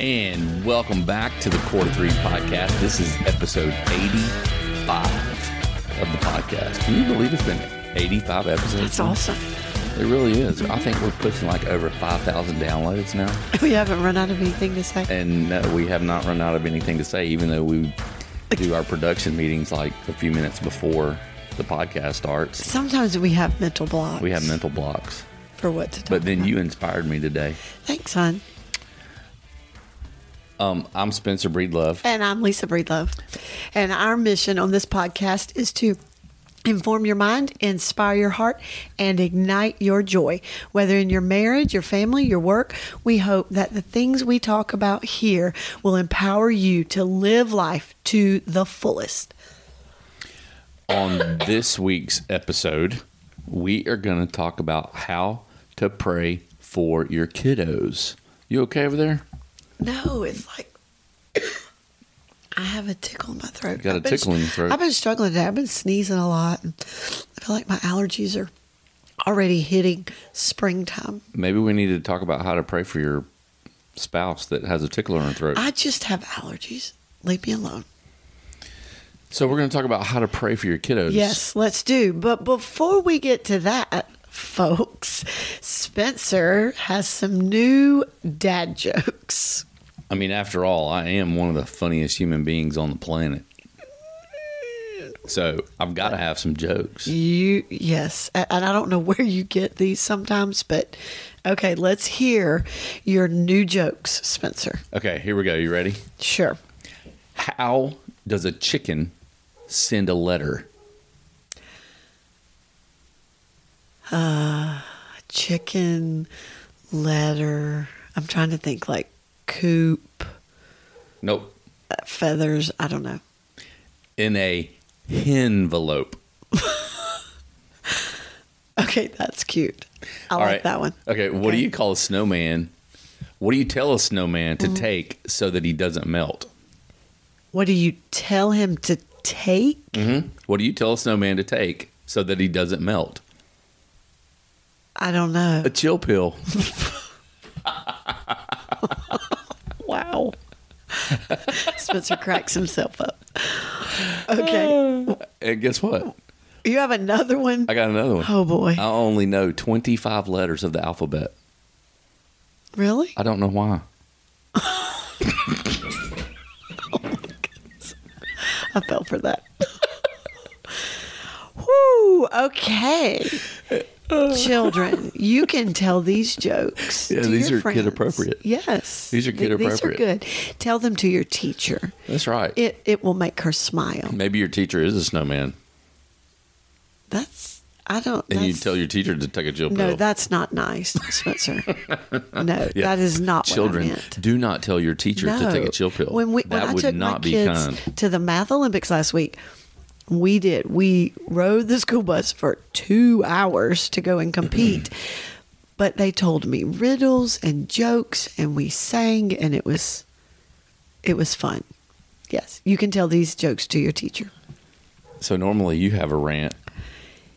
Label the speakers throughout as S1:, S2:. S1: And welcome back to the Quarter Three Podcast. This is episode 85 of the podcast. Can you believe it's been 85 episodes?
S2: That's awesome.
S1: It really is. I think we're pushing like over 5,000 downloads now.
S2: We haven't run out of anything to say.
S1: And uh, we have not run out of anything to say, even though we do our production meetings like a few minutes before the podcast starts.
S2: Sometimes we have mental blocks.
S1: We have mental blocks.
S2: for what to talk.
S1: But then
S2: about.
S1: you inspired me today.
S2: thanks, hon.
S1: Um, I'm Spencer Breedlove.
S2: And I'm Lisa Breedlove, and our mission on this podcast is to. Inform your mind, inspire your heart, and ignite your joy. Whether in your marriage, your family, your work, we hope that the things we talk about here will empower you to live life to the fullest.
S1: on this week's episode, we are going to talk about how to pray for your kiddos. You okay over there?
S2: No, it's like I have a tickle in my throat.
S1: got a
S2: I've been-
S1: tickle in your throat.
S2: I've been struggling today. I've been sneezing a lot. And I feel like my allergies are already hitting springtime.
S1: Maybe we need to talk about how to pray for your spouse that has a tickle in her throat.
S2: I just have allergies. Leave me alone.
S1: so we're going to talk about how to pray for your kiddos.
S2: Yes, let's do. But before we get to that, folks, Spencer has some new dad jokes.
S1: I mean, after all, I am one of the funniest human beings on the planet. So I've got to have some jokes.
S2: You yes, A- and I don't know where you get these sometimes, but okay, let's hear your new jokes, Spencer.
S1: Okay, here we go. You ready?
S2: Sure.
S1: How does a chicken send a letter?
S2: Chicken letter. I'm trying to think like coop
S1: Nope.
S2: uh, feathers. I don't know.
S1: in a envelope.
S2: Okay, that's cute. I like that one.
S1: Okay, what do
S2: Okay.
S1: you call a snowman? What do you tell a snowman
S2: Mm.
S1: to take so that he doesn't melt?
S2: What do you tell him to take?
S1: What do you tell a snowman to take so that he doesn't melt?
S2: I don't know.
S1: A chill pill.
S2: Wow. Spencer cracks himself up. Okay.
S1: and guess what?
S2: You have another one?
S1: I got another one.
S2: Oh boy.
S1: I only know 25 letters of the alphabet.
S2: Really?
S1: I don't know why.
S2: I fell for that. Whoo, okay. Children, you can tell these jokes.
S1: Yeah,
S2: to
S1: these
S2: your
S1: are
S2: friends.
S1: kid-appropriate.
S2: Yes.
S1: These are
S2: Th-
S1: kid-appropriate.
S2: These are good. Tell them to your teacher.
S1: That's right.
S2: It it will make her smile.
S1: Maybe your teacher is a snowman
S2: That's I don't
S1: and you
S2: that's-
S1: tell your teacher to take a chill
S2: No,
S1: pill.
S2: that's not nice, Spencer. no,
S1: Yeah.
S2: that is not
S1: Children,
S2: what I meant.
S1: do not tell your teacher to take a chill pill.
S2: When we,
S1: that
S2: when I
S1: would
S2: took
S1: not
S2: my
S1: be
S2: kids
S1: kind.
S2: to the math Olympics last week, we did. We rode the school bus for two hours to go and compete.
S1: Mm-hmm.
S2: But they told me riddles and jokes, and we sang, and it was, it was fun. Yes, you can tell these jokes to your teacher.
S1: So normally you have a rant,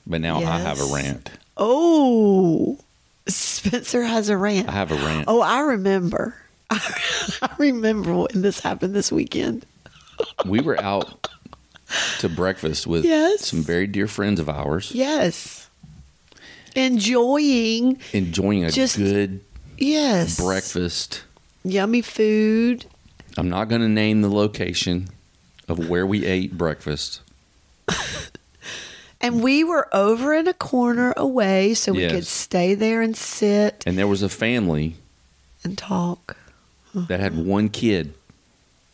S1: but now I have a
S2: Yes.
S1: rant.
S2: Oh, Spencer has a rant.
S1: I have a rant.
S2: Oh, I remember. I remember when this happened this weekend.
S1: We were out to breakfast with
S2: Yes.
S1: some very dear friends of ours,
S2: Yes. Enjoying,
S1: enjoying a
S2: Just-
S1: good
S2: yes.
S1: breakfast.
S2: Yummy food.
S1: I'm not going to name the location of where we ate breakfast.
S2: And we were over in a corner away so we
S1: Yes.
S2: could stay there and sit
S1: And there was a family
S2: and talk. Uh-huh.
S1: that had one kid,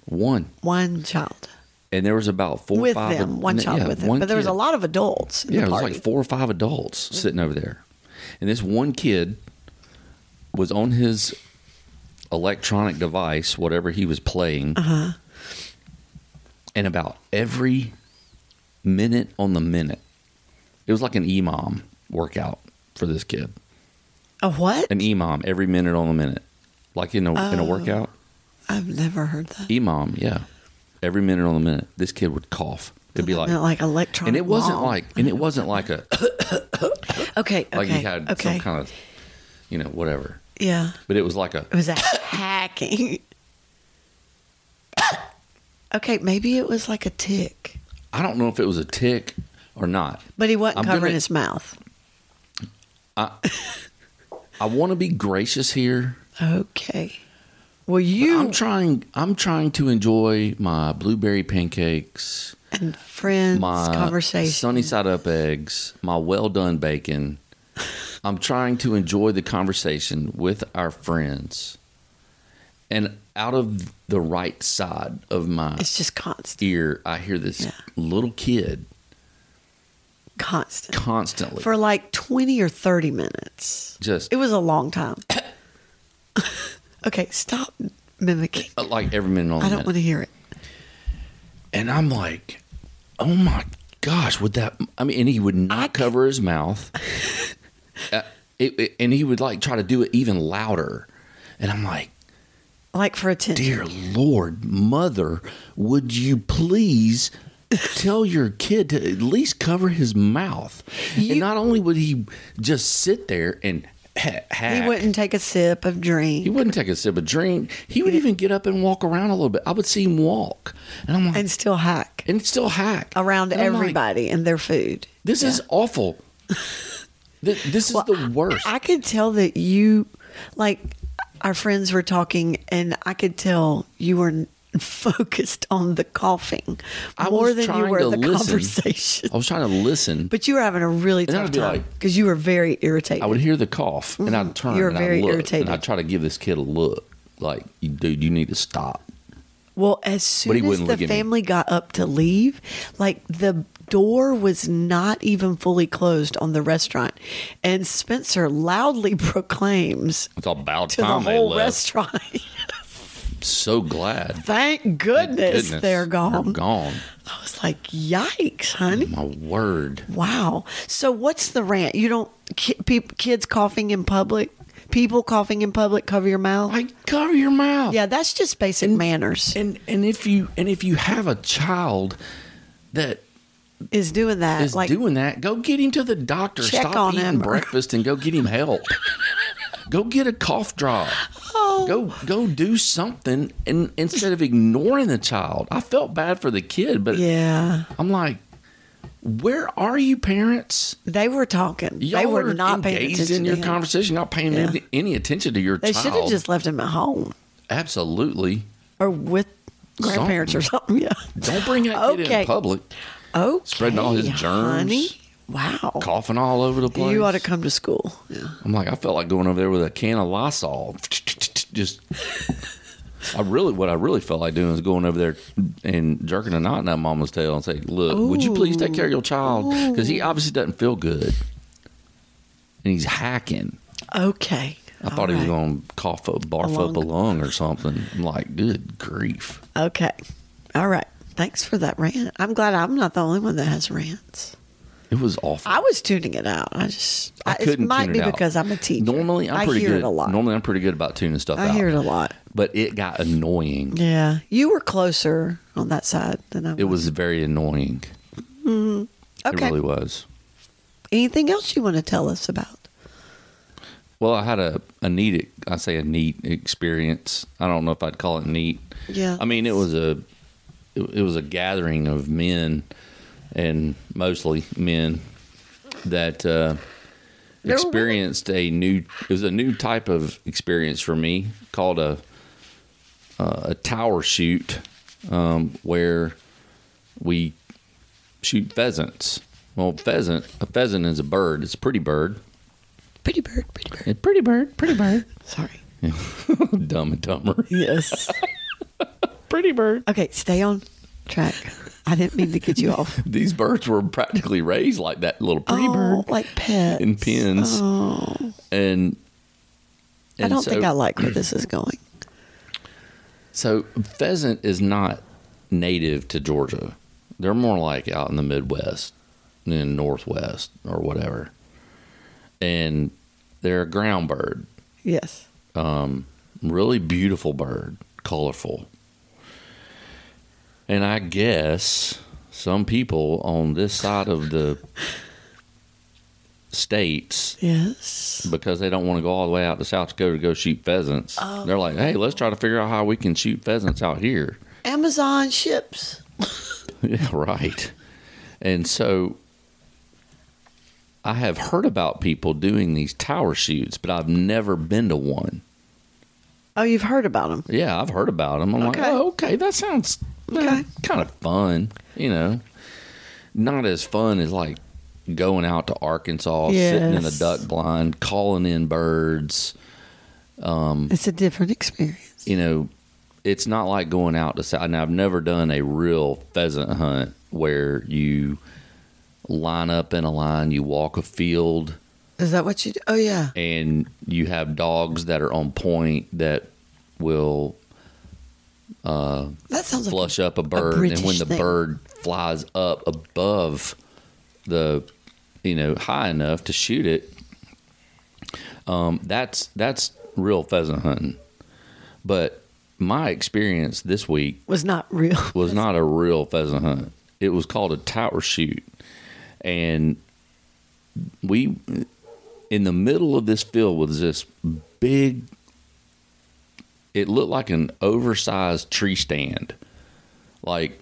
S1: one.
S2: One child
S1: And there was about four or
S2: with
S1: five.
S2: them, one child
S1: yeah,
S2: with them.
S1: one
S2: But there was
S1: kid.
S2: a lot of adults in
S1: Yeah,
S2: the
S1: it was
S2: party. Mm-hmm.
S1: like four or five adults sitting over there. And this one kid was on his electronic device, whatever he was playing.
S2: Uh-huh.
S1: And about every minute on the minute, it was like an EMOM workout for this kid.
S2: a what?
S1: An EMOM every minute on the minute. Like in a, in a
S2: Oh.
S1: workout.
S2: I've never heard that.
S1: EMOM, yeah. Every minute on the minute, this kid would cough. It'd be like,
S2: Not like electronic.
S1: and it wasn't
S2: mom.
S1: like, and it wasn't like a,
S2: okay, okay,
S1: like he had
S2: okay,
S1: some kind of you know whatever
S2: yeah.
S1: but it was like a
S2: It was a hacking. Okay, maybe it was like a tick,
S1: I don't know if it was a tick or not.
S2: but he wasn't
S1: I'm
S2: covering
S1: gonna-
S2: his mouth.
S1: I want to be gracious here.
S2: Okay. Well, you
S1: I'm trying. I'm trying to enjoy my blueberry pancakes,
S2: and friends
S1: my
S2: conversation.
S1: sunny side up eggs, my well done bacon. I'm trying to enjoy the conversation with our friends, and out of the right side of my
S2: it's just constant,
S1: ear, I hear this
S2: Yeah.
S1: little kid
S2: constant
S1: constantly.
S2: for like twenty or thirty minutes.
S1: just
S2: It was a long time. okay, stop mimicking.
S1: like every minute on the
S2: I don't
S1: minute.
S2: want to hear it.
S1: And I'm like, oh my gosh, would that? I mean, and he would not cover his mouth. Uh, it, it- and he would like try to do it even louder. And I'm like,
S2: Like for attention.
S1: dear Lord, mother, would you please tell your kid to at least cover his mouth?
S2: You-
S1: and not only would he just sit there and ha- hack,
S2: He wouldn't take a sip of drink
S1: He wouldn't take a sip of drink. He would even get up and walk around a little bit. I would see him walk, and I'm like,
S2: and
S1: and,
S2: still hack
S1: still hack
S2: around
S1: And I'm like,
S2: everybody and their food.
S1: This is awful. Th- this is the worst.
S2: I could tell that you, like, our friends were talking, and I could tell you were n- focused on the coughing
S1: I
S2: more
S1: was
S2: than you
S1: trying
S2: were
S1: to
S2: the
S1: listen.
S2: conversation.
S1: I was trying to listen.
S2: But you were having a really
S1: then
S2: tough
S1: I'd be
S2: time
S1: like-
S2: because you were very irritated.
S1: I would hear the cough, and I'd turn
S2: Mm-hmm. You're
S1: and
S2: very
S1: I'd look,
S2: irritated.
S1: and I'd try to give this kid a look, like, "Dude, you need to stop."
S2: Well, as
S1: he
S2: soon as
S1: wouldn't
S2: the
S1: look at me.
S2: family got up to leave, like the door was not even fully closed on the restaurant, and Spencer loudly proclaims
S1: It's about
S2: to
S1: time
S2: the
S1: they
S2: whole
S1: left.
S2: restaurant,
S1: so glad.
S2: "Thank goodness,
S1: Goodness,
S2: they're gone."
S1: gone.
S2: I was like, "Yikes, honey!
S1: My word.
S2: Wow." So, what's the rant? You don't ki- peop kids coughing in public, people coughing in public, cover your mouth.
S1: Like, cover your mouth.
S2: yeah, that's just basic manners.
S1: And and if you and if you have a child that
S2: is doing that
S1: is
S2: like
S1: doing that, go get him to the doctor.
S2: Check
S1: Stop
S2: on
S1: eating
S2: him.
S1: breakfast and go get him help. go get a cough drop.
S2: oh,
S1: Go go do something and instead of ignoring the child. I felt bad for the kid, but
S2: yeah.
S1: I'm like, where are you parents?
S2: They were talking.
S1: Y'all
S2: they were
S1: are
S2: not paying
S1: engaged
S2: attention
S1: in your
S2: to him.
S1: conversation, not paying
S2: Yeah.
S1: any, any attention to your
S2: They should
S1: child.
S2: have just left him at home
S1: Absolutely.
S2: or with grandparents or something. Yeah.
S1: Don't bring that kid
S2: Okay.
S1: in public,
S2: Okay.
S1: Spreading all his germs.
S2: Honey. Wow.
S1: coughing all over the place.
S2: You ought to come to school. Yeah.
S1: I'm like, I felt like going over there with a can of Lysol. Just, I really, what I really felt like doing was going over there and jerking a knot in that mama's tail and say, "Look, would you please take care of your child? Because he obviously doesn't feel good, and he's hacking."
S2: Okay.
S1: I thought he was going to cough up, barf up a
S2: lung.
S1: lung or something. I'm like, good grief.
S2: going. Okay. All right. Thanks for that rant. I'm glad I'm not the only one that has rants.
S1: It was awful.
S2: I was tuning it out. I just
S1: I couldn't
S2: It might
S1: tune
S2: be
S1: it out.
S2: because I'm a teacher.
S1: Normally, I'm
S2: I
S1: pretty
S2: hear
S1: good.
S2: it a lot.
S1: Normally, I'm pretty good about tuning stuff
S2: I
S1: out.
S2: hear it a lot.
S1: But it got annoying.
S2: Yeah, you were closer on that side than I was.
S1: It was very annoying.
S2: okay.
S1: It really was.
S2: Anything else you want to tell us about?
S1: Well, I had a, a neat, I say a neat experience. I don't know if I'd call it neat.
S2: Yeah.
S1: I mean, it was a, it, it was a gathering of men, and mostly men, that uh,
S2: There were
S1: experienced a new. It was a new type of experience for me called a, uh, a tower shoot, um, where we shoot pheasants. Well, pheasant, a pheasant is a bird. It's a pretty bird.
S2: Pretty bird, pretty bird.
S1: A pretty bird, pretty bird.
S2: Sorry.
S1: Dumb and dumber.
S2: Yes.
S1: Pretty bird.
S2: okay, stay on track. I didn't mean to get you off.
S1: These birds were practically raised like that little pretty
S2: oh,
S1: bird
S2: like pets.
S1: in pins. And,
S2: I
S1: and
S2: don't
S1: so,
S2: think I like where this is going.
S1: So pheasant is not native to Georgia. They're more like out in the Midwest and Northwest or whatever. And they're a ground bird.
S2: Yes.
S1: really beautiful bird, colorful. And I guess some people on this side of the states,
S2: Yes.
S1: because they don't want to go all the way out to South Dakota to go shoot pheasants, they're like, hey, let's try to figure out how we can shoot pheasants out here.
S2: Amazon ships.
S1: Yeah, right. And so I have heard about people doing these tower shoots, but I've never been to one.
S2: Oh, you've heard about them.
S1: Yeah, I've heard about them. I'm
S2: Okay.
S1: like, oh, okay, that sounds
S2: Okay.
S1: kind of fun, you know. Not as fun as like going out to Arkansas, sitting in a
S2: Yes.
S1: duck blind, calling in birds. Mm.
S2: It's a different experience.
S1: You know, it's not like going out to South. Now, I've never done a real pheasant hunt where you line up in a line, you walk a field,
S2: Is that what you do? Oh, yeah.
S1: and you have dogs that are on point that will
S2: That sounds like
S1: flush up a bird, and when
S2: British
S1: the
S2: thing.
S1: bird flies up above the, you know, high enough to shoot it, um, that's that's real pheasant hunting. But my experience this week
S2: was not real.
S1: was not a real pheasant hunt. It was called a tower shoot, and we in the middle of this field was this big. It looked like an oversized tree stand, like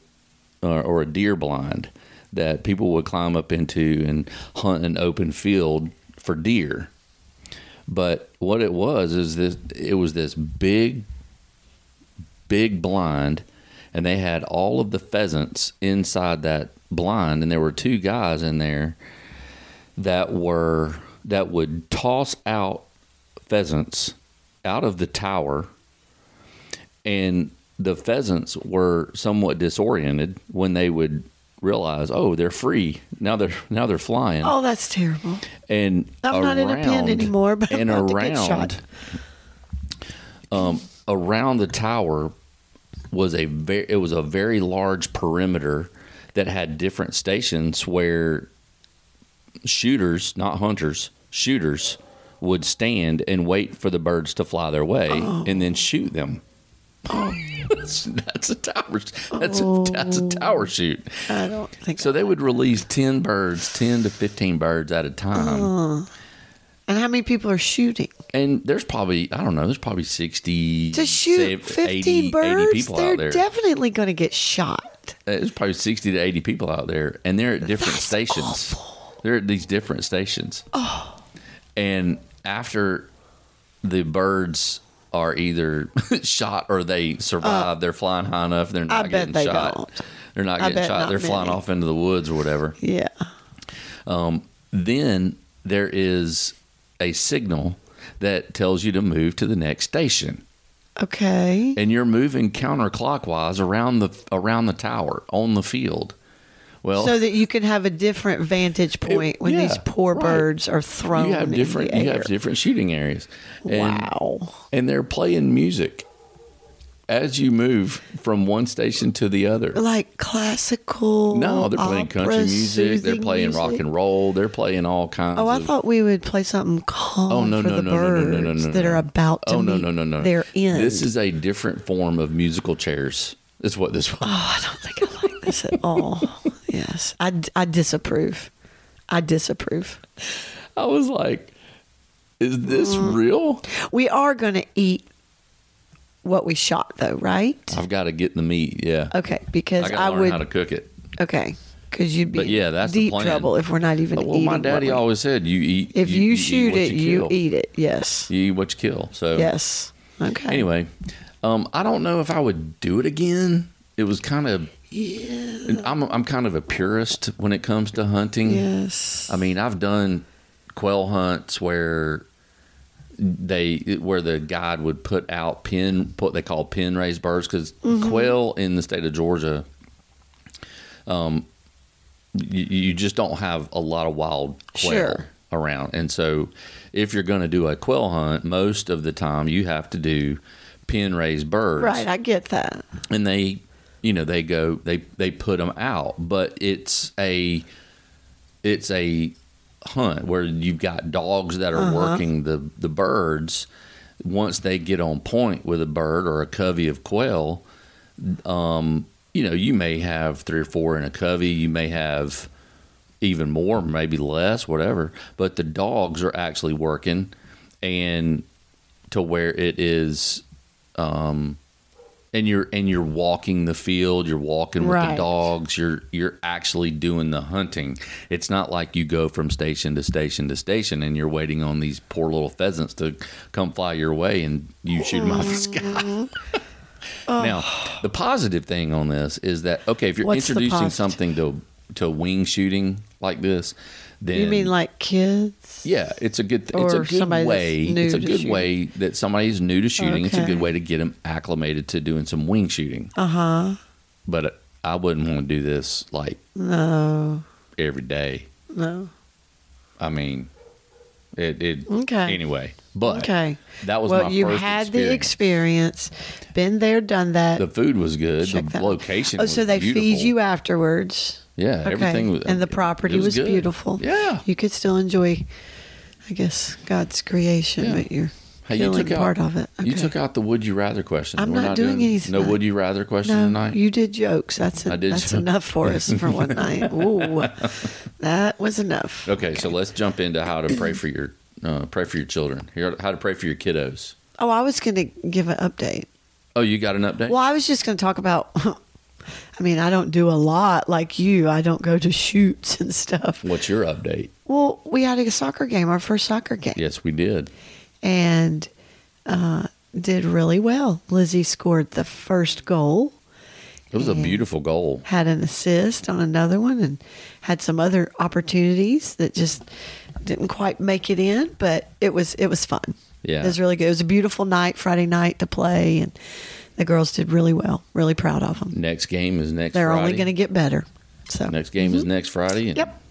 S1: or, or a deer blind that people would climb up into and hunt an open field for deer. But what it was is this it was this big big blind and they had all of the pheasants inside that blind and there were two guys in there that were that would toss out pheasants out of the tower and the pheasants were somewhat disoriented when they would realize oh they're free now they're now they're flying
S2: Oh, that's terrible.
S1: and
S2: I'm not in a pen
S1: around-
S2: anymore, but I'm
S1: and
S2: about to
S1: around,
S2: get shot.
S1: um, around the tower was a very it was a very large perimeter that had different stations where shooters, not hunters, shooters would stand and wait for the birds to fly their way
S2: Oh.
S1: and then shoot them. that's, that's a tower. That's a, that's a
S2: Oh.
S1: tower shoot.
S2: I don't think
S1: So
S2: so.
S1: they would release ten birds, ten to fifteen birds at a
S2: Oh.
S1: time.
S2: And how many people are shooting?
S1: And there's probably I don't know. There's probably sixty
S2: To shoot
S1: sev-
S2: 15
S1: 80
S2: birds,
S1: 80 people
S2: they're
S1: out there.
S2: definitely going to get shot.
S1: there's probably sixty to eighty people out there, and they're at different
S2: That's
S1: stations. They're at these different stations. Oh. And after the birds are either shot or they survive, they're flying high enough. They're not
S2: Oh. bet
S1: getting
S2: they
S1: shot.
S2: don't.
S1: They're not
S2: I
S1: getting
S2: bet
S1: shot.
S2: not
S1: they're flying
S2: many.
S1: off into the woods or whatever.
S2: Yeah.
S1: then there is a signal that tells you to move to the next station
S2: Okay.
S1: and you're moving counterclockwise around the around the tower on the field well
S2: so that you can have a different vantage point when
S1: yeah,
S2: these poor
S1: right.
S2: birds are thrown
S1: you have different
S2: in the
S1: you
S2: air.
S1: have different shooting areas and,
S2: wow.
S1: and they're playing music as you move from one station to the other
S2: Like classical.
S1: no they're playing country
S2: opera,
S1: music they're
S2: soothing
S1: playing rock
S2: music.
S1: and roll they're playing all kinds
S2: Oh, I
S1: of
S2: thought we would play something calm
S1: Oh no
S2: for
S1: no
S2: the
S1: no, no no
S2: birds
S1: no no no
S2: that
S1: no.
S2: are about to
S1: Oh no
S2: meet
S1: no no no.
S2: their end.
S1: This is a different form of musical chairs. Is what this was.
S2: Oh, I don't think I like this at all. yes, I, I disapprove. I disapprove.
S1: I was like, is this real?
S2: We are going to eat what we shot, though, right?
S1: I've got to get the meat. Yeah.
S2: Okay, because
S1: I
S2: I,
S1: got to learn
S2: would.
S1: how to cook it.
S2: Okay, because you'd be
S1: But yeah, that's the
S2: deep
S1: plan.
S2: trouble if we're not even
S1: Well,
S2: eating.
S1: my
S2: what
S1: daddy
S2: we-
S1: always said, you eat.
S2: If you,
S1: eat
S2: shoot
S1: what
S2: it, you,
S1: kill.
S2: eat it. Yes.
S1: You eat what you kill. So
S2: Yes. Okay.
S1: Anyway, um, I don't know if I would do it again. It was kind of. I'm I'm kind of a purist when it comes to hunting.
S2: Yes.
S1: I mean, I've done quail hunts where they where the guide would put out pin what they call pin raised birds because
S2: Mm-hmm.
S1: quail in the state of Georgia, um, you, you just don't have a lot of wild quail
S2: Sure.
S1: around, and so if you're going to do a quail hunt, most of the time you have to do pin raised birds,
S2: Right. I get that.
S1: and they you know they go they they put them out but it's a it's a hunt where you've got dogs that are working the the birds once they get on point with a bird or a covey of quail um you know you may have three or four in a covey you may have even more maybe less whatever but the dogs are actually working and to where it is um, and you're and you're walking the field you're walking with the
S2: Right.
S1: dogs you're you're actually doing the hunting it's not like you go from station to station to station and you're waiting on these poor little pheasants to come fly your way and you shoot them out of the sky now the positive thing on this is that okay if you're
S2: What's the
S1: introducing
S2: positive?
S1: something to to wing shooting like this then
S2: You mean like kids?
S1: yeah, it's a good. It's a
S2: Or
S1: good
S2: somebody that's
S1: way.
S2: new
S1: It's a
S2: to
S1: good
S2: shooting.
S1: way that somebody's new to shooting. It's a
S2: Okay.
S1: good way to get them acclimated to doing some wing shooting. Uh huh.
S2: Uh-huh.
S1: But uh, I wouldn't want to do this like
S2: No,
S1: every day.
S2: no.
S1: I mean, it. it
S2: Okay.
S1: Anyway, but
S2: Okay.
S1: that was
S2: well,
S1: my
S2: you
S1: first
S2: had the
S1: experience.
S2: experience, been there, done that.
S1: The food was good.
S2: Check
S1: the
S2: that.
S1: location.
S2: Oh,
S1: was
S2: so they feed
S1: beautiful.
S2: you afterwards.
S1: Yeah, everything was.
S2: and the
S1: it- it
S2: property was,
S1: good.
S2: beautiful.
S1: Yeah.
S2: you could still enjoy, I guess, God's creation,
S1: Yeah.
S2: but you're
S1: Hey, you
S2: killing
S1: took out-
S2: part of it.
S1: You took out the would you rather question.
S2: I'm
S1: We're
S2: not doing any
S1: No
S2: tonight.
S1: would you rather question
S2: no,
S1: tonight.
S2: you did jokes. That's
S1: I did
S2: that's
S1: joke.
S2: enough for us for one night. Ooh, that was enough.
S1: Okay, so let's jump into how to pray for your uh, pray for your children. Here, how to pray for your kiddos.
S2: Oh, I was going to give an update.
S1: Oh, you got an update?
S2: Well, I was just going to talk about. I mean, I don't do a lot like you. I don't go to shoots and stuff.
S1: What's your update?
S2: Well, we had a soccer game, our first soccer game,
S1: Yes, we did.
S2: and uh, did really well. Lizzie scored the first goal,
S1: It was a beautiful goal.
S2: had an assist on another one, and had some other opportunities that just didn't quite make it in. But it was it was fun.
S1: Yeah.
S2: it was really good. It was a beautiful night, Friday night to play, and the girls did really well. Really proud of them.
S1: Next game is next.
S2: They're
S1: Friday.
S2: only going to get better. So
S1: Next game is next Friday. And
S2: Yep.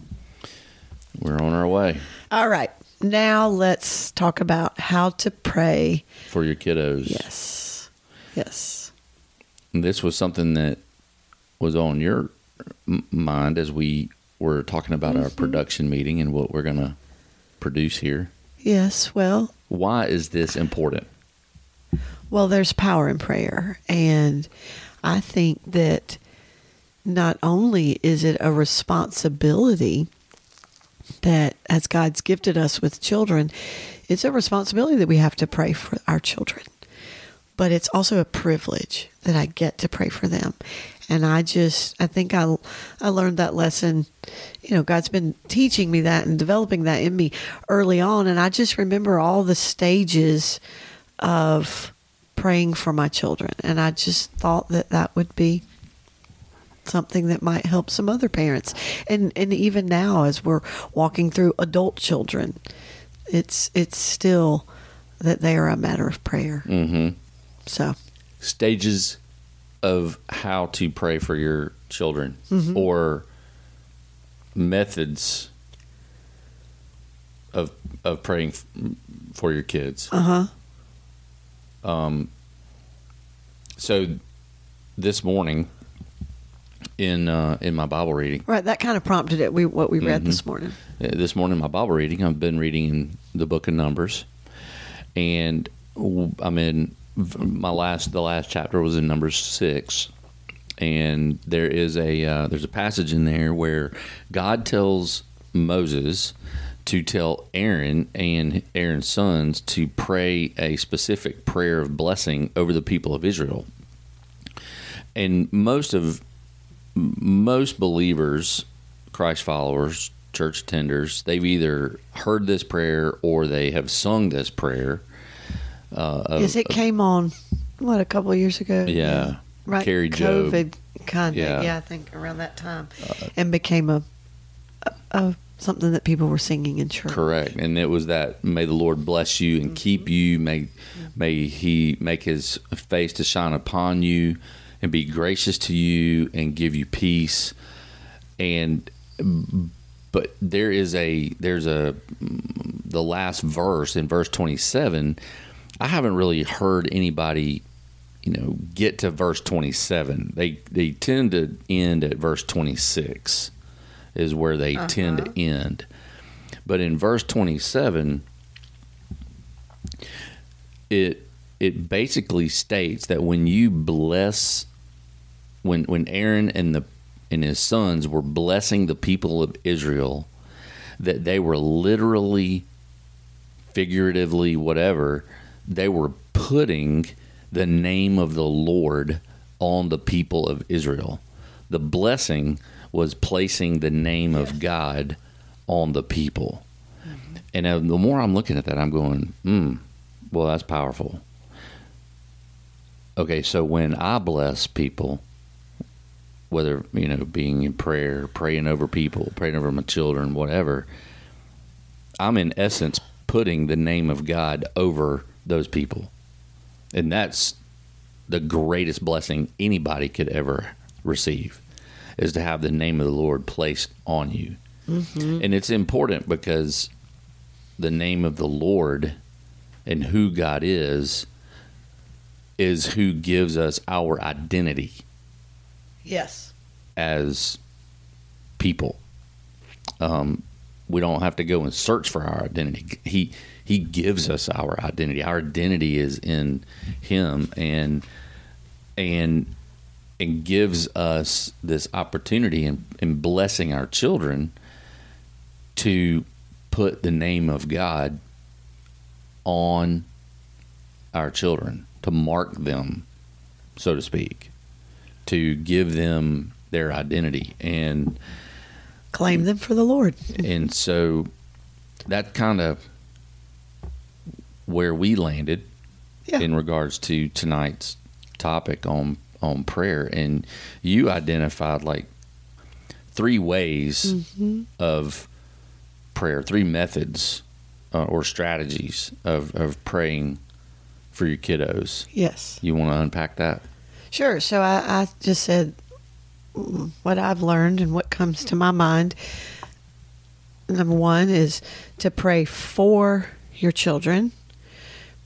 S1: We're on our way
S2: All right. Now let's talk about how to pray.
S1: for your kiddos.
S2: Yes. Yes.
S1: And this was something that was on your m- mind as we were talking about our production meeting and what we're going to produce here.
S2: Yes. Well,
S1: Why is this important?
S2: well, there's power in prayer. And I think that not only is it a responsibility that as God's gifted us with children, it's a responsibility that we have to pray for our children. But it's also a privilege that I get to pray for them. And I just I think I I learned that lesson, you know, God's been teaching me that and developing that in me early on and I just remember all the stages of praying for my children and I just thought that that would be something that might help some other parents and and even now as we're walking through adult children it's it's still that they are a matter of prayer mm-hmm. so
S1: stages of how to pray for your children or methods of of praying f- for your kids. Uh-huh. Um so this morning in uh, in my Bible reading,
S2: right that kind of prompted it we what we read this morning
S1: uh, this morning my Bible reading. I've been reading the book of Numbers, and w- I'm in v- my last. The last chapter was in Numbers six, and there is a uh, there's a passage in there where God tells Moses to tell Aaron and Aaron's sons to pray a specific prayer of blessing over the people of Israel. And most of most believers, Christ followers, church attenders, they've either heard this prayer or they have sung this prayer. uh,
S2: yes it came on what a couple of years ago
S1: Yeah.
S2: right
S1: Carrie Job.
S2: covid kind of
S1: Yeah. Uh,
S2: yeah. i think around that time and became a, a, a something that people were singing in church
S1: Correct. And it was that may the Lord bless you and keep you, may may he make his face to shine upon you and be gracious to you and give you peace. And but there is a there's a the last verse in verse 27 i haven't really heard anybody you know get to verse 27 they they tend to end at verse 26 is where they tend to end but in verse 27 it it basically states that when you bless when when Aaron and the and his sons were blessing the people of Israel that they were literally figuratively whatever they were putting the name of the Lord on the people of Israel. The blessing was placing the name of God on the people. And uh, the more I'm looking at that, I'm going, hmm, well, that's powerful. Okay, so when I bless people, whether, you know, being in prayer, praying over people, praying over my children, whatever, I'm in essence putting the name of God over those people. And that's the greatest blessing anybody could ever receive is to have the name of the Lord placed on you. And it's important because the name of the Lord and who God is is who gives us our identity
S2: Yes.
S1: as people. Um, we don't have to go and search for our identity. He he gives us our identity. Our identity is in him and and and gives us this opportunity in, in blessing our children to put the name of God on our children, to mark them, so to speak, to give them their identity. And
S2: Claim them for the Lord.
S1: and so that kind of where we landed
S2: Yeah.
S1: in regards to tonight's topic on on prayer and you identified like three ways
S2: Mm-hmm.
S1: of prayer three methods uh, or strategies of, of praying for your kiddos
S2: Yes.
S1: you want to unpack that
S2: Sure. So I, I just said mm, what I've learned and what comes to my mind. Number one is to pray for your children,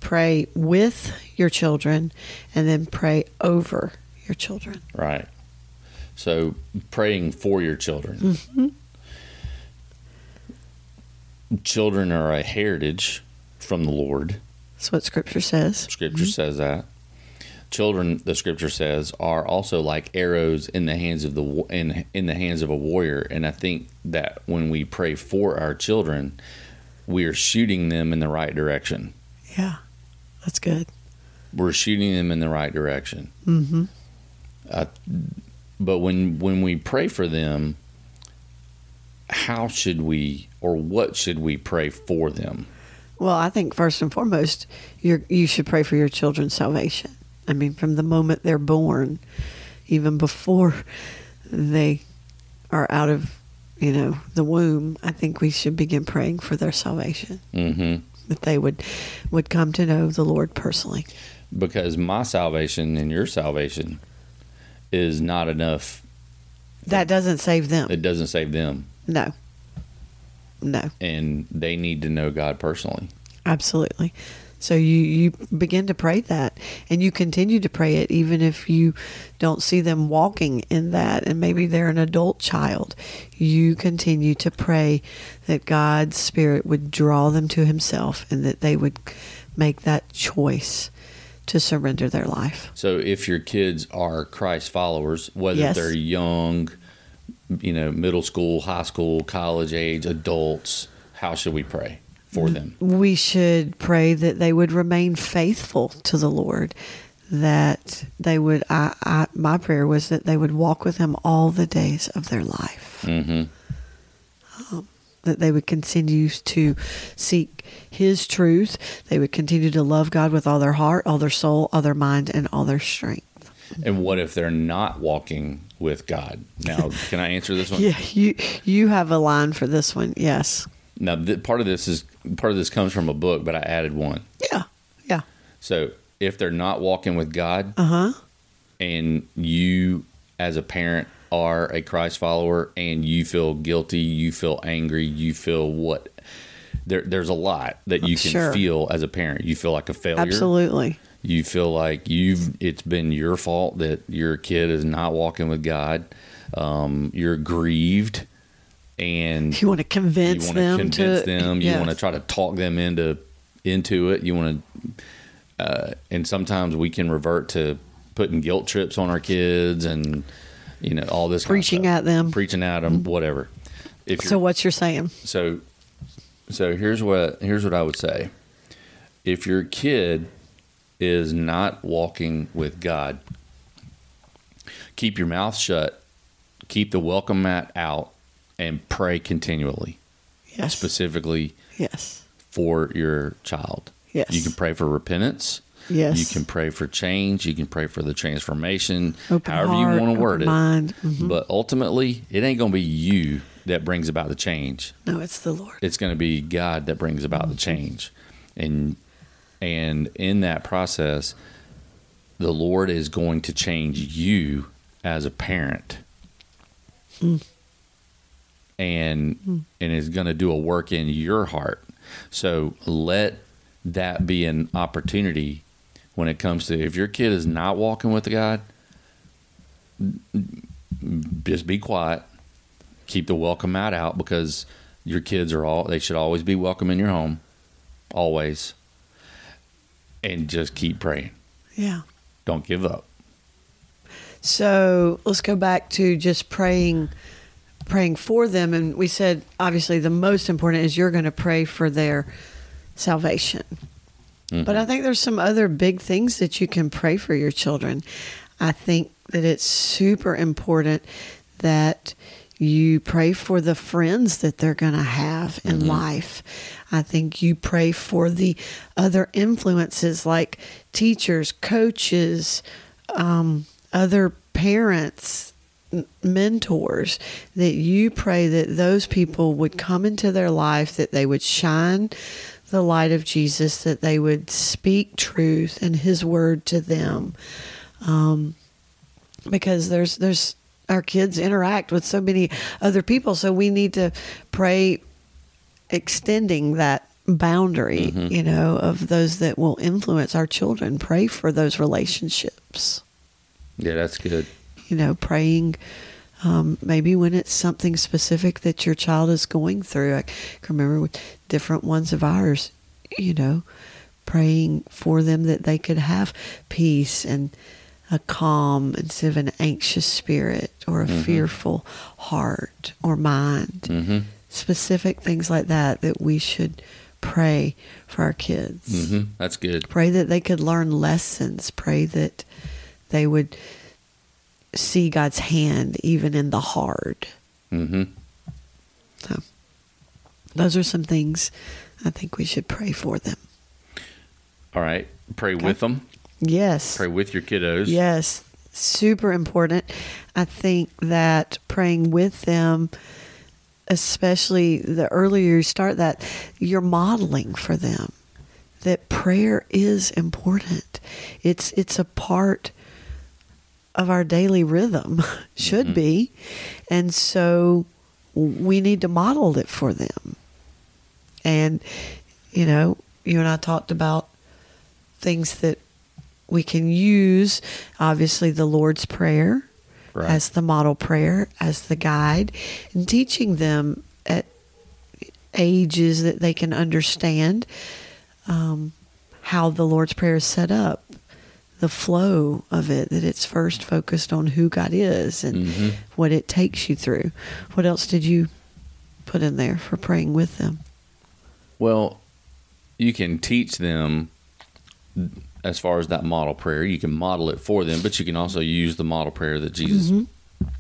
S2: pray with your children, and then pray over your children.
S1: right so praying for your children children are a heritage from the lord
S2: That's what Scripture says.
S1: Scripture says that. Children, the scripture says, are also like arrows in the hands of the wa- in in the hands of a warrior. And I think that when we pray for our children, we are shooting them in the right direction.
S2: Yeah, that's good.
S1: We're shooting them in the right direction.
S2: Mm-hmm.
S1: But when when we pray for them, how should we or what should we pray for them?
S2: Well, I think first and foremost, you you should pray for your children's salvation. I mean, from the moment they're born, even before they are out of you know the womb, I think we should begin praying for their salvation
S1: hmm
S2: that they would would come to know the Lord personally.
S1: Because my salvation and your salvation is not enough.
S2: That doesn't save them.
S1: It doesn't save them.
S2: No. No,
S1: and they need to know God personally.
S2: absolutely. So you you begin to pray that and you continue to pray it even if you don't see them walking in that and maybe they're an adult child. You continue to pray that God's spirit would draw them to himself and that they would make that choice to surrender their life.
S1: So if your kids are Christ followers, whether
S2: Yes.
S1: they're young, you know, middle school, high school, college age, adults, how should we pray for them?
S2: we should pray that they would remain faithful to the Lord. That they would, I, I, my prayer was that they would walk with Him all the days of their life. Mm-hmm. Um, that they would continue to seek His truth. They would continue to love God with all their heart, all their soul, all their mind, and all their strength.
S1: And what if they're not walking with God? Now, can I answer this one?
S2: Yeah, you you have a line for this one. Yes.
S1: Now, th- part of this is part of this comes from a book, but I added one.
S2: Yeah. Yeah.
S1: So if they're not walking with God,
S2: Uh huh.
S1: and you as a parent are a Christ follower and you feel guilty, you feel angry, you feel what there, there's a lot that you can
S2: Sure.
S1: feel as a parent. You feel like a failure.
S2: Absolutely.
S1: You feel like you've it's been your fault that your kid is not walking with God. Um, you're grieved and
S2: You want to convince
S1: you want
S2: them
S1: to convince
S2: to
S1: them. You
S2: Yes.
S1: want to try to talk them into into it. You want to, uh, and sometimes we can revert to putting guilt trips on our kids and you know all this kind of
S2: Preaching
S1: stuff.
S2: at them. Mm-hmm.
S1: preaching at them, whatever. If
S2: So
S1: you're,
S2: what you're saying?
S1: so, so here's what here's what I would say. If your kid is not walking with God. Keep your mouth shut, keep the welcome mat out, and pray continually,
S2: Yes.
S1: specifically
S2: Yes.
S1: for your child.
S2: Yes.
S1: You can pray for repentance.
S2: Yes.
S1: You can pray for change. You can pray for the transformation,
S2: Open
S1: however
S2: heart,
S1: you want to word
S2: open
S1: it.
S2: mind. Mhm.
S1: But ultimately, it ain't going to be you that brings about the change.
S2: No, it's the Lord.
S1: It's going to be God that brings about the change. And and in that process, the Lord is going to change you as a parent. And and is going to do a work in your heart. So let that be an opportunity when it comes to if your kid is not walking with God, just be quiet. Keep the welcome mat out because your kids are all they should always be welcome in your home, always. And just keep praying.
S2: Yeah.
S1: Don't give up.
S2: So let's go back to just praying, praying for them. And we said, obviously, the most important is you're going to pray for their salvation. But I think there's some other big things that you can pray for your children. I think that it's super important that you pray for the friends that they're going to have in life. I think you pray for the other influences like teachers, coaches, um, other parents, n- mentors, that you pray that those people would come into their life, that they would shine the light of Jesus, that they would speak truth and His word to them, um, because there's there's our kids interact with so many other people, so we need to pray extending that boundary, you know, of those that will influence our children. Pray for those relationships
S1: Yeah, that's good.
S2: you know, praying. Um, maybe when it's something specific that your child is going through. I can remember with different ones of ours, you know, praying for them that they could have peace and a calm instead of an anxious spirit or a fearful heart or mind.
S1: Mm. Mm-hmm,
S2: Specific things like that that we should pray for our kids
S1: Mm-hmm. That's good.
S2: pray that they could learn lessons pray that they would see god's hand even in the hard
S1: Mm-hmm.
S2: so those are some things i think we should pray for them
S1: All right. Pray with them.
S2: yes
S1: Pray with your kiddos.
S2: yes super important i think that praying with them especially the earlier you start that you're modeling for them that prayer is important it's it's a part of our daily rhythm should be and so we need to model it for them and you know you and i talked about things that we can use obviously the lord's prayer
S1: Right.
S2: as the model prayer as the guide and teaching them at ages that they can understand um, how the Lord's Prayer is set up, the flow of it, that it's first focused on who God is and what it takes you through. What else did you put in there for praying with them?
S1: Well, you can teach them as far as that model prayer. You can model it for them, but you can also use the model prayer that Jesus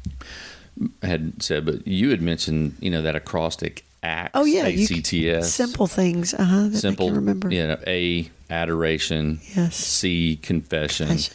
S2: Mm-hmm.
S1: had said. But you had mentioned, you know, that acrostic ACTS.
S2: Oh, yeah. you c-
S1: ACTS.
S2: simple things uh-huh, that
S1: E simple.
S2: they can remember.
S1: You know, A, adoration.
S2: Yes.
S1: C, confession.
S2: Confession.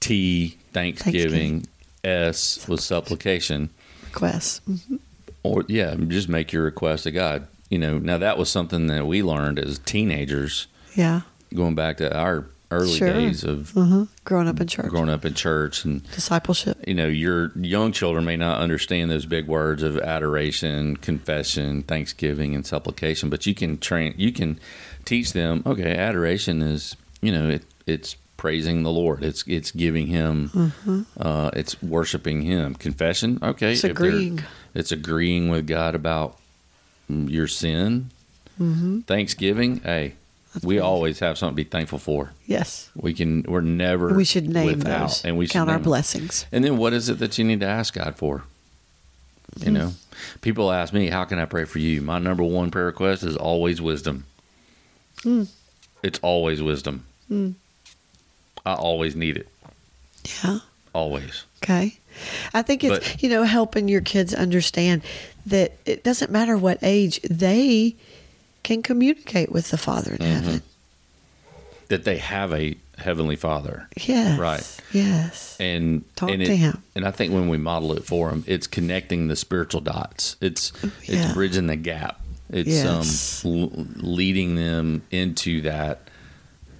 S1: T, thanksgiving.
S2: Thanksgiving.
S1: S was supplication
S2: Requests. Mhm.
S1: or yeah, just make your request to God. You know, now that was something that we learned as teenagers,
S2: Yeah.
S1: going back to our early
S2: Sure.
S1: days of
S2: Uh-huh. Growing up in church.
S1: growing up in church, and
S2: Discipleship.
S1: you know, your young children may not understand those big words of adoration, confession, thanksgiving, and supplication, but you can train, you can teach them. Okay, adoration is you know it it's praising the Lord, it's it's giving Him, uh, it's worshiping Him. Confession, okay,
S2: Mm-hmm. It's
S1: if they're-
S2: agreeing.
S1: it's agreeing with God about your sin.
S2: Mm-hmm.
S1: Thanksgiving, hey, we always have something to be thankful for.
S2: Yes.
S1: We can, we're never.
S2: We should name
S1: without,
S2: those.
S1: and we should
S2: count our
S1: name them.
S2: blessings.
S1: And then what is it that you need to ask God for? You know, people ask me, how can I pray for you? My number one prayer
S2: Hmm.
S1: request is always wisdom. It's always wisdom. I always need it.
S2: Yeah.
S1: Always.
S2: Okay. I think it's,
S1: But-
S2: you know, helping your kids understand that it doesn't matter what age, they can communicate with the Father in
S1: Mm-hmm.
S2: heaven.
S1: That they have a heavenly father.
S2: Yes.
S1: Right.
S2: Yes.
S1: and
S2: Talk
S1: and
S2: to
S1: it-
S2: him.
S1: And I think when we model it for him, it's connecting the spiritual dots. It's
S2: yeah.
S1: it's bridging the gap. It's
S2: Yes.
S1: um, l- leading them into that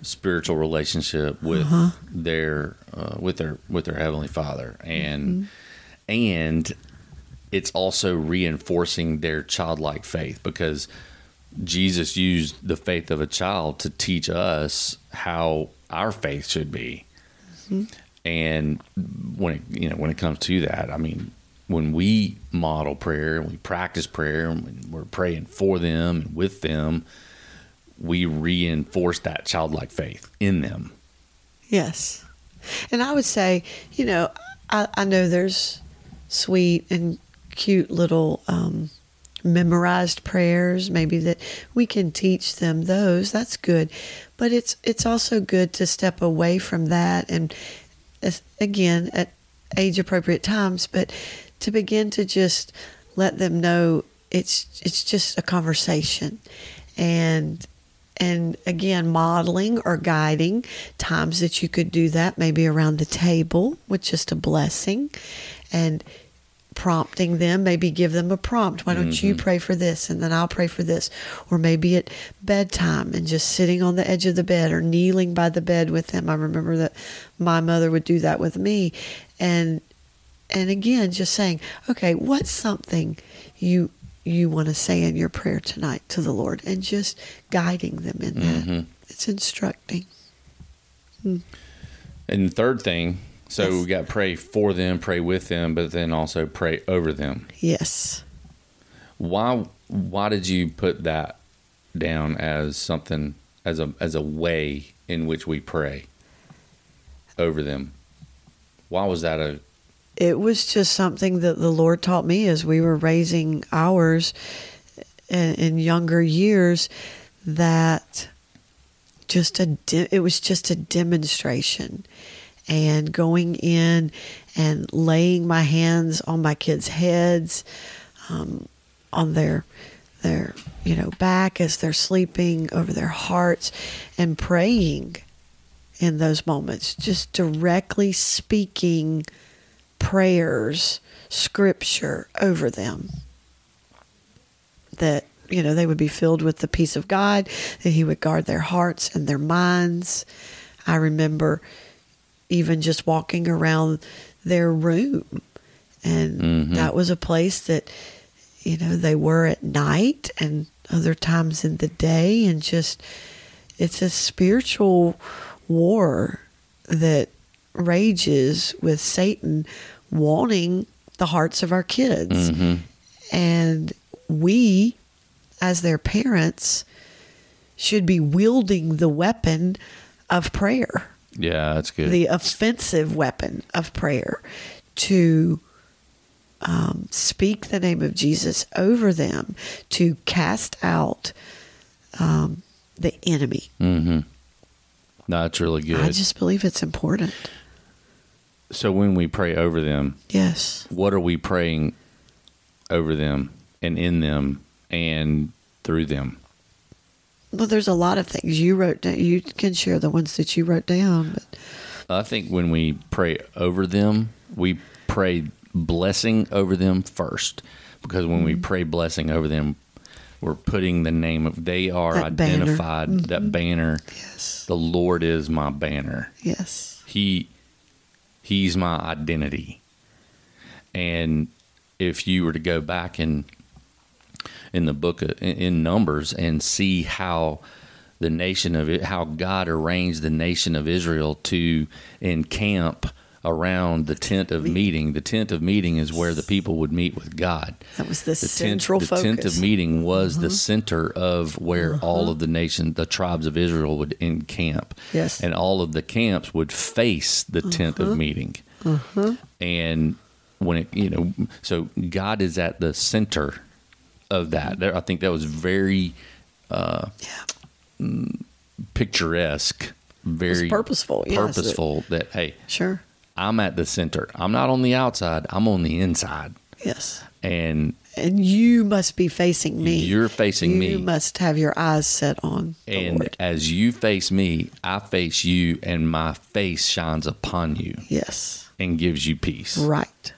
S1: spiritual relationship with their uh, with their with their heavenly Father, and and it's also reinforcing their childlike faith because Jesus used the faith of a child to teach us how our faith should be. And when it, you know when it comes to that, I mean, when we model prayer and we practice prayer and when we're praying for them and with them, we reinforce that childlike faith in them.
S2: Yes. And I would say, you know, I, I know there's sweet and cute little um, memorized prayers, maybe that we can teach them those. That's good. But it's it's also good to step away from that and as- again at age appropriate times, but to begin to just let them know it's it's just a conversation and and again modeling or guiding times that you could do that maybe around the table with just a blessing and prompting them maybe give them a prompt why don't you pray for this and then i'll pray for this or maybe at bedtime and just sitting on the edge of the bed or kneeling by the bed with them i remember that my mother would do that with me and and again just saying okay what's something you you want to say in your prayer tonight to the lord and just guiding them in that it's instructing
S1: And the third thing, so
S2: Yes.
S1: we got pray for them, pray with them, but then also pray over them.
S2: yes
S1: Why why did you put that down as something as a as a way in which we pray over them? Why was that a
S2: it was just something that the Lord taught me as we were raising ours in, in younger years that just a de- it was just a demonstration and going in and laying my hands on my kids' heads um, on their their you know back as they're sleeping over their hearts and praying in those moments just directly speaking prayers, scripture over them. That, you know, they would be filled with the peace of God, that He would guard their hearts and their minds. I remember even just walking around their room, and that was a place that, you know, they were at night and other times in the day, and just it's a spiritual war that rages with Satan wanting the hearts of our kids. And we, as their parents, should be wielding the weapon of prayer,
S1: Yeah, that's good.
S2: the offensive weapon of prayer, to um, speak the name of Jesus over them, to cast out um, the enemy.
S1: no, that's really good.
S2: I just believe it's important.
S1: so when we pray over them,
S2: Yes.
S1: what are we praying over them and in them and through them?
S2: Well, there's a lot of things you wrote down. You can share the ones that you wrote down. But
S1: I think when we pray over them, we pray blessing over them first because when
S2: Mm-hmm.
S1: we pray blessing over them, we're putting the name of they are
S2: That banner. Mm-hmm.
S1: identified that banner.
S2: yes,
S1: The Lord is my banner.
S2: yes,
S1: he he's my identity and if you were to go back and in the book of, in- in numbers and see how the nation of it how god arranged the nation of israel to encamp around the tent of meeting the tent of meeting is where the people would meet with god
S2: that was the,
S1: the
S2: central
S1: tent,
S2: focus. Mm-hmm.
S1: The tent of meeting was the center of where all of the nation, the tribes of Israel would encamp.
S2: Yes. Mm-hmm.
S1: And all of the camps would face the tent of meeting. And when it, you know, so God is at the center of that. There, I think that was very
S2: yeah.
S1: mm, picturesque very
S2: purposeful, yes.
S1: purposeful that hey,
S2: Sure.
S1: I'm at the center. I'm not on the outside. I'm on the inside,
S2: Yes.
S1: and
S2: And you must be facing me.
S1: You're facing me.
S2: You must have your eyes set on the
S1: and
S2: Lord.
S1: as you face me, I face you, and my face shines upon you
S2: Yes.
S1: and gives you peace.
S2: Right.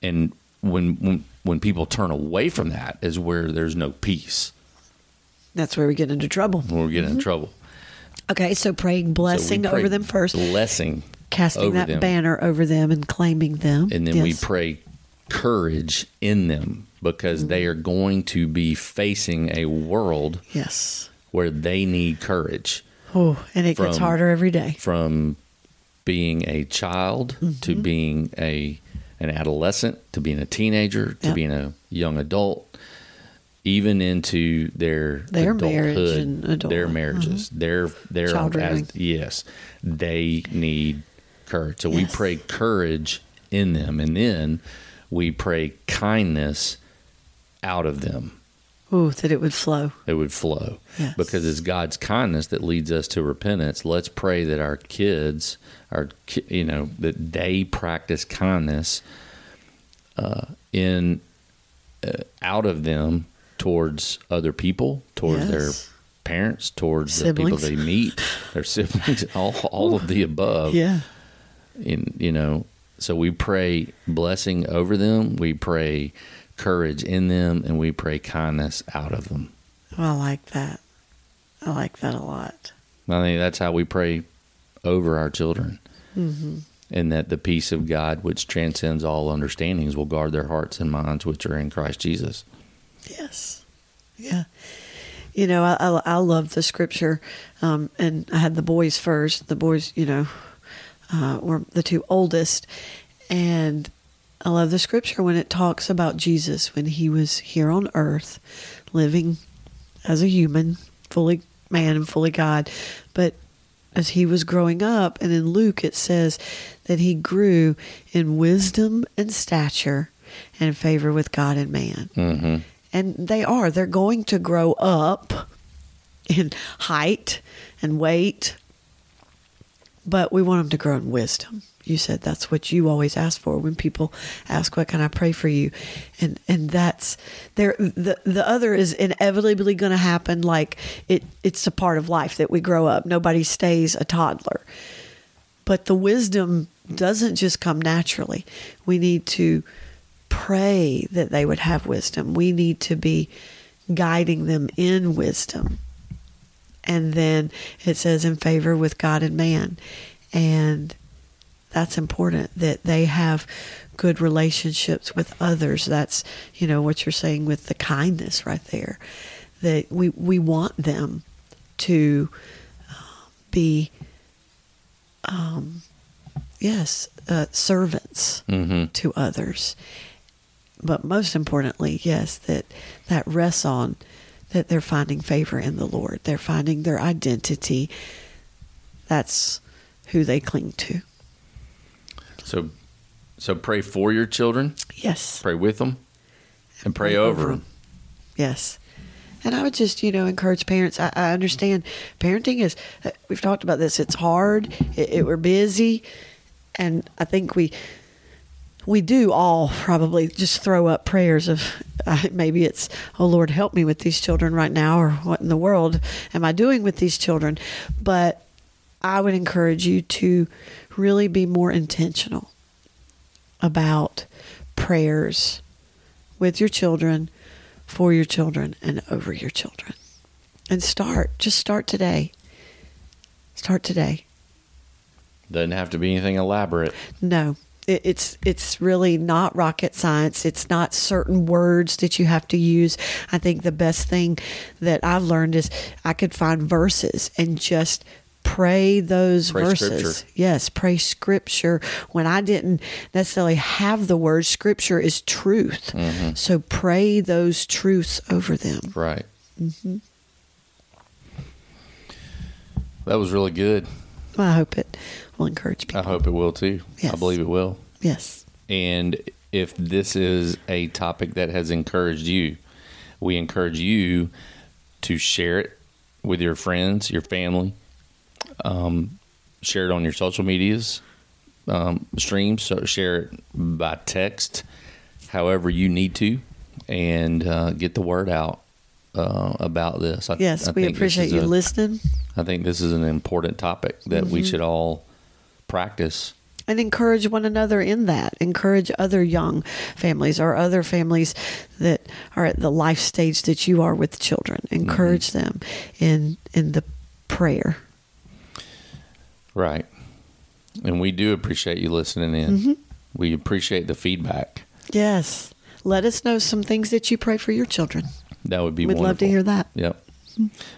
S1: And when when when people turn away from that is where there's no peace.
S2: That's where we get into trouble.
S1: When we're getting in trouble.
S2: Okay, so praying
S1: So we
S2: Mm-hmm. blessing
S1: pray
S2: over them first,
S1: Blessing.
S2: casting
S1: over
S2: that
S1: them.
S2: banner over them and claiming them.
S1: and then we
S2: Yes.
S1: pray courage in them because
S2: Mm-hmm.
S1: they are going to be facing a world
S2: Yes.
S1: where they need courage
S2: Oh, and it gets
S1: From-
S2: harder every day.
S1: from being a child to
S2: Mm-hmm.
S1: being a an adolescent to being a teenager to
S2: Yep.
S1: being a young adult even into their
S2: Their marriage
S1: adulthood,
S2: and adult- Mm-hmm.
S1: their marriages their their
S2: Child rearing.
S1: yes they need courage so we
S2: Yes.
S1: pray courage in them and then we pray kindness out of them
S2: Oh, that it would flow.
S1: it would flow
S2: Yes.
S1: because it's God's kindness that leads us to repentance. Let's pray that our kids, our ki- you know, that they practice kindness uh, in uh, out of them towards other people, towards their
S2: Yes.
S1: parents, towards
S2: Siblings.
S1: the people they meet, their siblings, all all of the above
S2: Yeah.
S1: in you know so we pray blessing over them we pray courage in them and we pray kindness out of them
S2: Oh, I like that. I like that a lot.
S1: i think that's how we pray over our children Mm-hmm. and that the peace of god which transcends all understandings will guard their hearts and minds which are in christ jesus
S2: Yes. Yeah. You know, I, I, I love the scripture. Um, and I had the boys first. The boys, you know, uh, were the two oldest. And I love the scripture when it talks about Jesus when he was here on earth, living as a human, fully man and fully God. But as he was growing up, and in Luke it says that he grew in wisdom and stature and favor with God and man
S1: mm-hmm.
S2: and they are they're going to grow up in height and weight but we want them to grow in wisdom you said that's what you always ask for when people ask what can i pray for you and and that's there the the other is inevitably going to happen like it it's a part of life that we grow up nobody stays a toddler but the wisdom doesn't just come naturally. We need to pray that they would have wisdom. We need to be guiding them in wisdom. And then it says in favor with God and man. And that's important that they have good relationships with others. That's, you know, what you're saying with the kindness right there. That we, we want them to uh, be yes, uh, servants
S1: Mhm.
S2: to others. But most importantly, yes, that that rests on that they're finding favor in the Lord. They're finding their identity. That's who they cling to.
S1: so so pray for your children
S2: Yes.
S1: pray with them and pray, over, them
S2: Yes. And I would just, you know, encourage parents. I, I understand parenting is, uh, we've talked about this, it's hard, it, it, we're busy. And I think we, we do all probably just throw up prayers of uh, maybe it's, oh Lord, help me with these children right now, or what in the world am I doing with these children? But I would encourage you to really be more intentional about prayers with your children, for your children, and over your children. And start, just start today. Start today.
S1: doesn't have to be anything elaborate
S2: No, it, it's it's really not rocket science. It's not certain words that you have to use. I think the best thing that I've learned is I could find verses and just pray those
S1: Pray
S2: verses.
S1: scripture.
S2: Yes, pray scripture. When I didn't necessarily have the word, scripture is truth.
S1: Mm-hmm.
S2: So pray those truths over them.
S1: Right. Mm-hmm. That was really good.
S2: Well, I hope it will encourage
S1: I
S2: people.
S1: hope it will too.
S2: Yes.
S1: I believe it will.
S2: Yes.
S1: And if this is a topic that has encouraged you, we encourage you to share it with your friends, your family, Um, share it on your social medias, um, streams. So share it by text, however you need to, and uh, get the word out uh, about this. I,
S2: Yes,
S1: I
S2: we
S1: think this
S2: appreciate
S1: is
S2: you
S1: a-
S2: listening
S1: I think this is an important topic that we
S2: Mm-hmm.
S1: should all practice.
S2: and encourage one another in that. Encourage other young families or other families that are at the life stage that you are with children.
S1: Mm-hmm.
S2: Encourage them in in the prayer.
S1: Right. And we do appreciate you listening in.
S2: Mm-hmm.
S1: We appreciate the feedback.
S2: Yes. Let us know some things that you pray for your children.
S1: That would be
S2: We'd
S1: wonderful.
S2: love to hear that.
S1: Yep.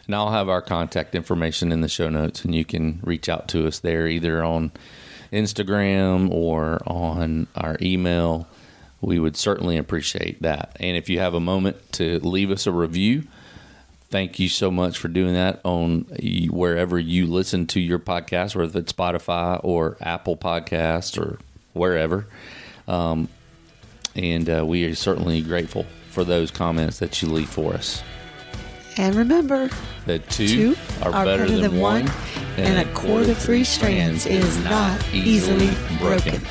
S1: And I'll have our contact information in the show notes, and you can reach out to us there either on Instagram or on our email. We would certainly appreciate that. And if you have a moment to leave us a review, thank you so much for doing that on wherever you listen to your podcast, whether it's Spotify or Apple Podcasts or wherever. Um, and uh, we are certainly grateful for those comments that you leave for us.
S2: And remember,
S1: That two,
S2: two
S1: are, better, than, one,
S2: and a cord of three strands is not easily broken.